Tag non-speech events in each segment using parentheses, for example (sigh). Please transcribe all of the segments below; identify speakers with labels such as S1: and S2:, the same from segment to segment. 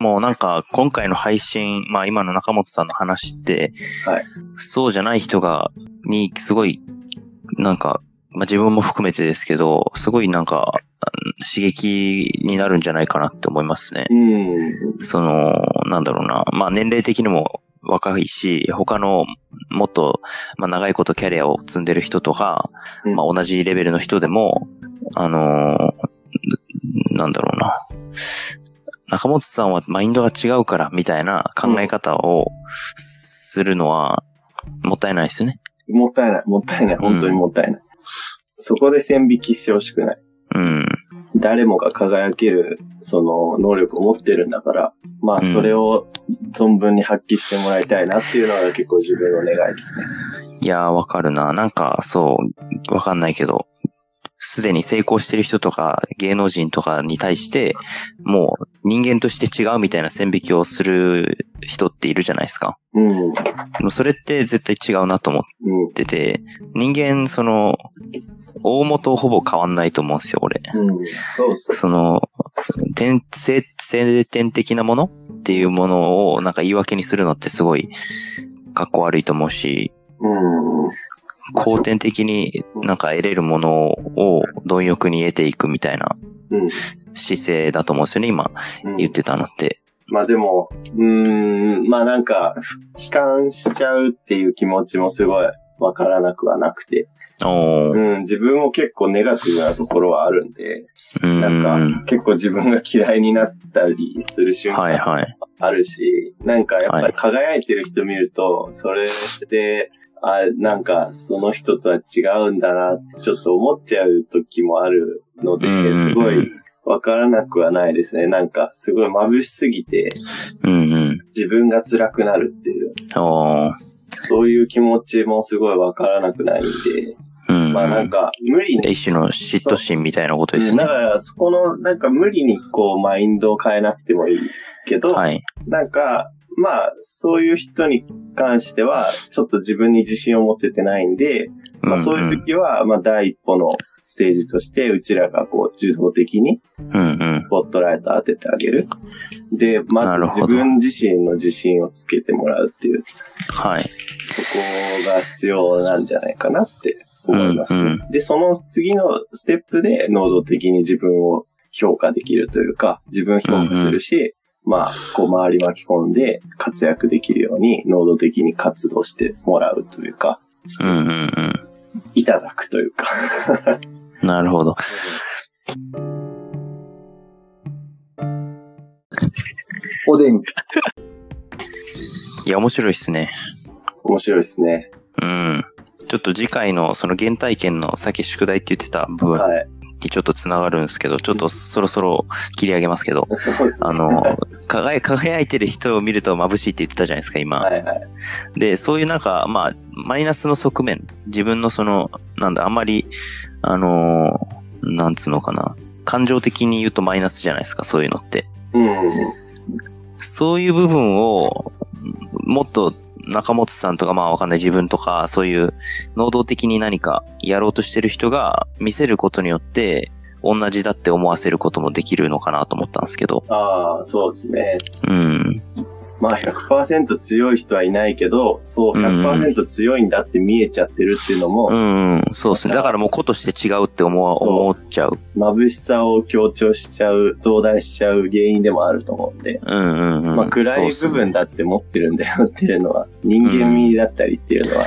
S1: もうなんか、今回の配信、まあ今の中本さんの話って、
S2: はい
S1: そうじゃない人が、に、すごい、なんか、まあ自分も含めてですけど、すごいなんか、うん刺激になるんじゃないかなって思いますね。
S2: うん。
S1: その、なんだろうな、まあ年齢的にも若いし、他のもっと、まあ、長いことキャリアを積んでる人とか、
S2: うん
S1: まあ、同じレベルの人でも、あのーなんだろうな。中本さんはマインドが違うからみたいな考え方をするのはもったいないですね。
S2: もったいない、もったいない、本当にもったいない。そこで線引きしてほしくない。
S1: うん。
S2: 誰もが輝ける、その、能力を持ってるんだから、
S1: う
S2: まあ、
S1: ん
S2: それを存分に発揮してもらいたいなっていうのが結構自分の願いですね。
S1: いやー、わかるな。なんか、そう、わかんないけど、すでに成功してる人とか、芸能人とかに対して、もう人間として違うみたいな線引きをする人っているじゃないですか。
S2: うん。
S1: でもそれって絶対違うなと思
S2: うん。
S1: ってて、人間、その、大元ほぼ変わんないと思うんですよ、俺。
S2: うん。そうそう。
S1: その、天、性、性天的なものっていうものをなんか言い訳にするのってすごい、かっこ悪いと思うし、
S2: うん。
S1: 後天的になんか得れるものを貪欲に得ていくみたいな
S2: うん。
S1: 姿勢だと思うんですよね、今
S2: うん
S1: 言ってたのって。
S2: まあでも、うーん、まあなんか、悲観しちゃうっていう気持ちもすごいわからなくはなくて、
S1: お
S2: う
S1: ー。
S2: ん、自分も結構ネガティブなところはあるんで、
S1: う
S2: なん
S1: ん
S2: か。結構自分が嫌いになったりする瞬
S1: はい
S2: 間
S1: はい。
S2: あるし、なんかやっぱ
S1: は
S2: り
S1: い
S2: 輝いてる人見ると、それで、あなんかその人とは違うんだなってちょっと思っちゃう時もあるので、
S1: うんうんうん
S2: すごいわからなくはないですね。なんかすごい眩しすぎて、
S1: うんうん。
S2: 自分が辛くなるっていう、
S1: おー。
S2: そういう気持ちもすごいわからなくないんで、
S1: うん。
S2: まあなんか無理に、
S1: 一種の嫉妬心みたいなことで
S2: う
S1: す
S2: んだ
S1: ね。
S2: からそこのなんか無理にこうマインドを変えなくてもいいけど、
S1: はい。
S2: なんかまあそういう人に関してはちょっと自分に自信を持ててないんで、まあそういう時はまあ第一歩のステージとしてうちらがこう受動的に
S1: うんうん。
S2: スポットライト当ててあげる。で、ま
S1: なる
S2: ず
S1: ほ
S2: 自
S1: ど
S2: 分自身の自信をつけてもらうっていう
S1: はい。
S2: ここが必要なんじゃないかなって思いますね。
S1: うん
S2: で、その次のステップで能動的に自分を評価できるというか、自分評価するし、まあ、こう周り巻き込んで活躍できるように能動的に活動してもらうというか、
S1: うんうん
S2: いただくというか。
S1: うん。なるほど。
S3: おでん。
S1: いや、面白いですね。
S2: 面白いですね。
S1: うん。ちょっと次回のその原体験のさっき宿題って言ってた部分
S2: はい。
S1: にちょっと繋がるんですけど、ちょっとそろそろ切り上げますけど、
S2: そうですね。
S1: あの、 (laughs) 輝い輝いてる人を見ると眩しいって言ってたじゃないですか、今。
S2: はいはい。
S1: で、そういうなんか、まあ、マイナスの側面、自分のその、なんだ、あんまり、あのーなんつうのかな、感情的に言うとマイナスじゃないですか、そういうのって。
S2: うん。
S1: そういう部分を、もっと中本さんとか、まあわかんない自分とか、そういう能動的に何かやろうとしてる人が見せることによって、同じだって思わせることもできるのかなと思ったんですけど。
S2: ああ、そうですね。
S1: うん。
S2: まあ100%強い人はいないけど、そう100%強いんだって見えちゃってるっていうのも、
S1: うん、うん、そうですね。だからもう子として違うって思わ思っちゃう。
S2: 眩しさを強調しちゃう、増大しちゃう原因でもあると思うんで、
S1: うんうんうん。
S2: まあ暗い
S1: そうっす
S2: 部
S1: ね
S2: 分だって持ってるんだよっていうのは、人間味だったりっていうのは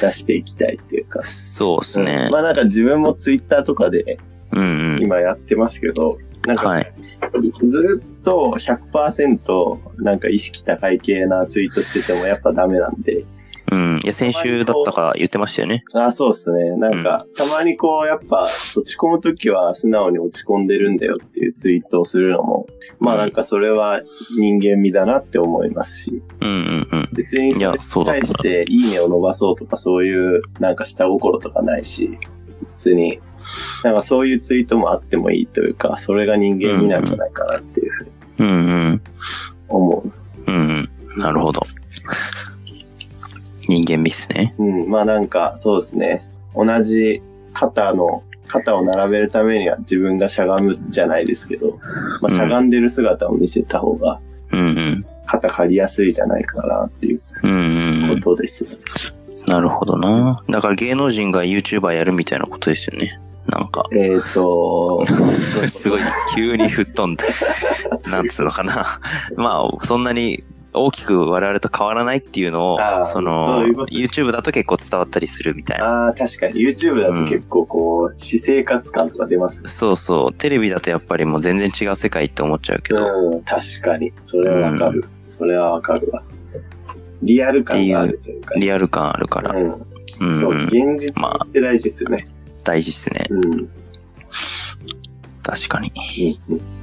S2: 出していきたいっていうか。
S1: そうです
S2: う
S1: ね
S2: ん。まあなんか自分もツイッターとかで
S1: うんうん。
S2: 今やってますけど、なんか
S1: はい。
S2: ずっと100%なんか意識高い系なツイートしててもやっぱダメなんで、
S1: うん。いや、先週だったか言ってましたよね。
S2: あそうですね。なんか、たまにこう、やっぱ、落ち込むときは素直に落ち込んでるんだよっていうツイートをするのも、まあなんかそれは人間味だなって思いますし、
S1: うんうんうん。
S2: 別にそ
S1: い
S2: れ
S1: や
S2: に
S1: そうだ
S2: 対していいねを伸ばそうとかそういうなんか下心とかないし、別に、なんかそういうツイートもあってもいいというか、それが人間味なんじゃないかなっていうふうに
S1: うんうん。
S2: 思
S1: うんうん。なるほど。人間味っすね。
S2: う。うん、まあなんかそうですね。同じ肩の肩を並べるためには自分がしゃがむじゃないですけど、まあ、
S1: うん
S2: しゃがんでる姿を見せた方が
S1: うん
S2: 肩借りやすいじゃないかなっていう
S1: うん。うんう
S2: こ
S1: ん。
S2: とですね。
S1: なるほどな。だから芸能人が YouTuber やるみたいなことですよね。なんか、
S2: えっ、と、
S1: (laughs) すごい急に吹っ飛んで、 (laughs) なんつうのかな。 (laughs) まあ、そんなに大きく我々と変わらないっていうのを
S2: あー、
S1: その
S2: そういうこと
S1: YouTube だと結構伝わったりするみたいな。
S2: ああ、確かに YouTube だと結構こう、私生活感とか出ます。
S1: そうそう。テレビだとやっぱりもう全然違う世界って思っちゃうけど。
S2: うん、確かに。それはわかる。それはわかるわ。リアル感があるというか、ね。
S1: リアル感あるから。
S2: うん。
S1: う
S2: そう、
S1: ん
S2: 現。実って大事ですよね。
S1: 大事ですね。
S2: うん。
S1: 確かに。
S2: うんうん